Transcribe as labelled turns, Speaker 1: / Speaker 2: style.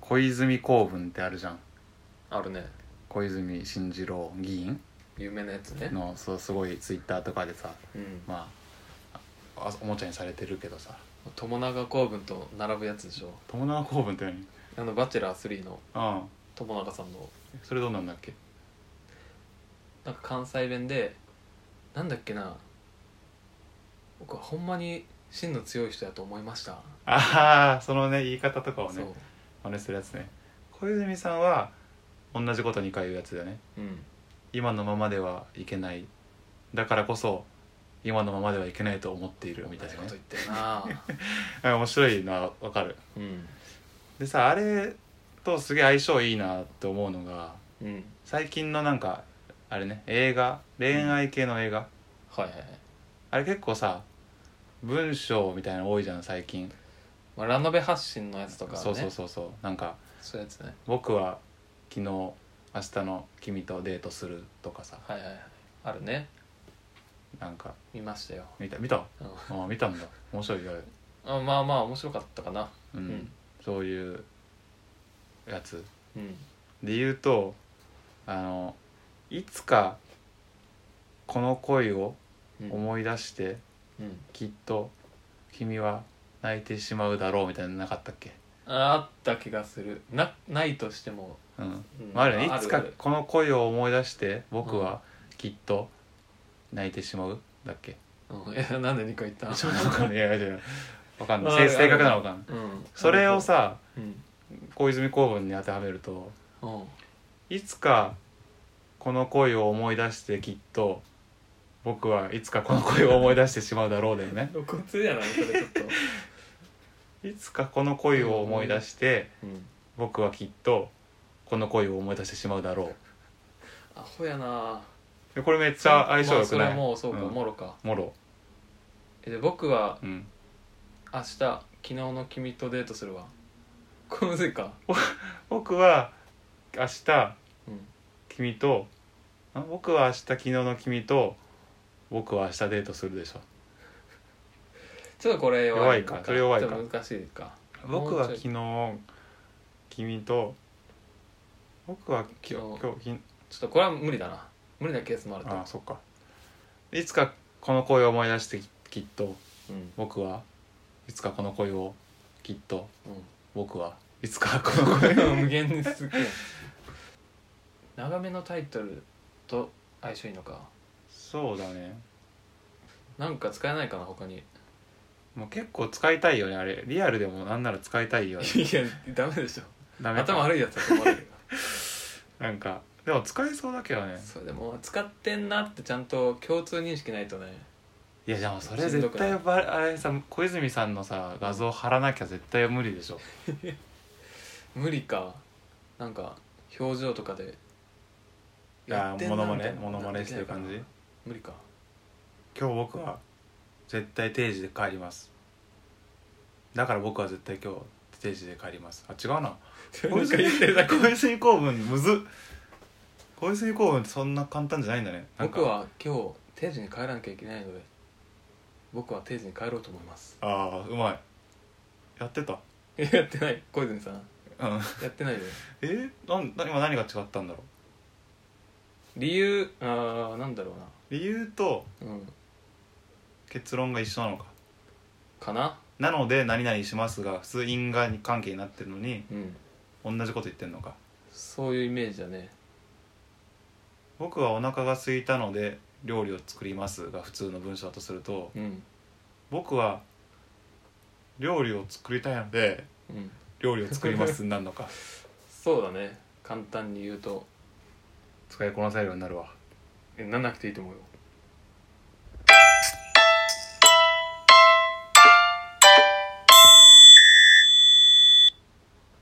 Speaker 1: 小泉公文ってあるじゃん
Speaker 2: あるね
Speaker 1: 小泉進次郎議員
Speaker 2: 有名なやつね
Speaker 1: のそうすごいツイッターとかでさ
Speaker 2: うん
Speaker 1: まああおもちゃにされてるけどさ
Speaker 2: 友永公文と並ぶやつでしょ
Speaker 1: 友永公文って何
Speaker 2: あの「バチェラー3」の
Speaker 1: ああ
Speaker 2: 友永さんの
Speaker 1: それどうなんだっけ
Speaker 2: なんか関西弁でなんだっけな僕はほんまに芯の強い人やと思いました
Speaker 1: ああそのね言い方とかを
Speaker 2: そ
Speaker 1: ね
Speaker 2: う
Speaker 1: 真似するやつね小泉さんは同じこと2回言うやつだよね
Speaker 2: うん
Speaker 1: 今のままではいけないだからこそ今のままではいけないと思っているみたい
Speaker 2: 同
Speaker 1: な
Speaker 2: じ
Speaker 1: ね
Speaker 2: こと言っ てるな
Speaker 1: あ面白いなわかる
Speaker 2: うん
Speaker 1: でさあれとすげえ相性いいなって思うのが
Speaker 2: うん
Speaker 1: 最近のなんかあれね映画恋愛系の映画、
Speaker 2: はいはいはい、
Speaker 1: あれ結構さ文章みたいなの多いじゃん最近、
Speaker 2: まあ、ラノベ発信のやつとかね
Speaker 1: そうそうそうそうなんか
Speaker 2: そういうやつね
Speaker 1: 僕は昨日明日の君とデートするとかさ
Speaker 2: はいはいはいあるね
Speaker 1: なんか
Speaker 2: 見ましたよ、
Speaker 1: 見た見た
Speaker 2: うん
Speaker 1: あ見たんだ面白いよあれ
Speaker 2: あまあまあ面白かったかな
Speaker 1: うん、
Speaker 2: うん
Speaker 1: そういうやつ
Speaker 2: うん
Speaker 1: で言うとあのいつかこの恋を
Speaker 2: うん
Speaker 1: 思い出して、
Speaker 2: うん
Speaker 1: きっと君は泣いてしまうだろうみたいなのなかったっけ、
Speaker 2: ああった気がするなないとしても、
Speaker 1: うん
Speaker 2: うん
Speaker 1: まあ、あるね
Speaker 2: あ
Speaker 1: いつか
Speaker 2: る
Speaker 1: この恋を思い出して僕はきっと泣いてしまうだっけ、
Speaker 2: うんえなんで2回言った
Speaker 1: ちょっとわか んないいやいやいやわかんな
Speaker 2: ある
Speaker 1: いせ正確なのわかんない
Speaker 2: うん
Speaker 1: それをさ
Speaker 2: うん
Speaker 1: 小泉公文に当てはめると
Speaker 2: うん
Speaker 1: いつかこの恋を思い出してきっと僕はいつかこの恋を思い出してしまうだろうだよね
Speaker 2: 露骨じゃないそれちょっと、
Speaker 1: いつかこの恋を思い出して
Speaker 2: うん、
Speaker 1: 僕はきっとこの恋を思い出してしまうだろ
Speaker 2: アホやな
Speaker 1: うでこれめっちゃ相性良く
Speaker 2: まあ
Speaker 1: ない
Speaker 2: それもそうか、
Speaker 1: うん
Speaker 2: もろか
Speaker 1: もろ
Speaker 2: えで僕は
Speaker 1: うん
Speaker 2: 明日昨日の君とデートするわこれむずいか
Speaker 1: 僕は明日
Speaker 2: うん
Speaker 1: 君とあ僕は明日昨日の君と僕は明日デートするでしょ
Speaker 2: ちょっとこれ弱いの
Speaker 1: 弱いかそれ弱いか
Speaker 2: ちょっと難しいか
Speaker 1: 僕は
Speaker 2: もう
Speaker 1: 昨
Speaker 2: ちょい
Speaker 1: 日君と僕は
Speaker 2: 昨日
Speaker 1: 今日今日き
Speaker 2: ちょっとこれは無理だな無理なケースもあると
Speaker 1: ああそっかいつかこの恋を思い出してききっと
Speaker 2: うん
Speaker 1: 僕はいつかこの恋をきっと
Speaker 2: うん
Speaker 1: 僕はいつかこの 恋を
Speaker 2: 無限に続くやん長めのタイトルと相性いいのか
Speaker 1: そうだね
Speaker 2: なんか使えないかな他にい
Speaker 1: もう結構使いたいよねあれリアルでもなんなら使いた いよね
Speaker 2: やダメでしょ
Speaker 1: ダメか
Speaker 2: 頭悪いやつだと思われるよ
Speaker 1: なんかでも使えそうだけどね
Speaker 2: そうでも使ってんなってちゃんと共通認識ないとね
Speaker 1: いやでもそれ絶対ばあれさ小泉さんのさ画像貼らなきゃ絶対無理でしょ
Speaker 2: 無理かなんか表情とかで
Speaker 1: あ
Speaker 2: ってん
Speaker 1: モ
Speaker 2: な
Speaker 1: ノマ
Speaker 2: みた
Speaker 1: ネ
Speaker 2: いな
Speaker 1: モノマネしてる感じ
Speaker 2: できないかな無理か
Speaker 1: 今日僕は絶対定時で帰りますだから僕は絶対今日定時で帰りますあ違 うな
Speaker 2: なんか言ってるだけ
Speaker 1: 小泉 公文むずっ小泉公文ってそんな簡単じゃないんだねなんか
Speaker 2: 僕は今日定時に帰らなきゃいけないので僕は定時に帰ろうと思います
Speaker 1: ああうまいやってた
Speaker 2: いややってない小泉さん
Speaker 1: うん
Speaker 2: やってないよ
Speaker 1: えなんな今何が違ったんだろう
Speaker 2: 理由あーなんだろ
Speaker 1: 理由と
Speaker 2: うなうん
Speaker 1: 結論が一緒なのか
Speaker 2: かな
Speaker 1: なので何々しますが普通因果関係になってるのに
Speaker 2: うん
Speaker 1: 同じこと言ってんのか
Speaker 2: そういうイメージだね
Speaker 1: 僕はお腹が空いたので料理を作りますが普通の文章だとすると
Speaker 2: うん
Speaker 1: 僕は料理を作りたいので
Speaker 2: うん
Speaker 1: 料理を作りますになるのか
Speaker 2: そうだね簡単に言うと
Speaker 1: 使いこなせるようになるわ
Speaker 2: えなんなくていいと思うよ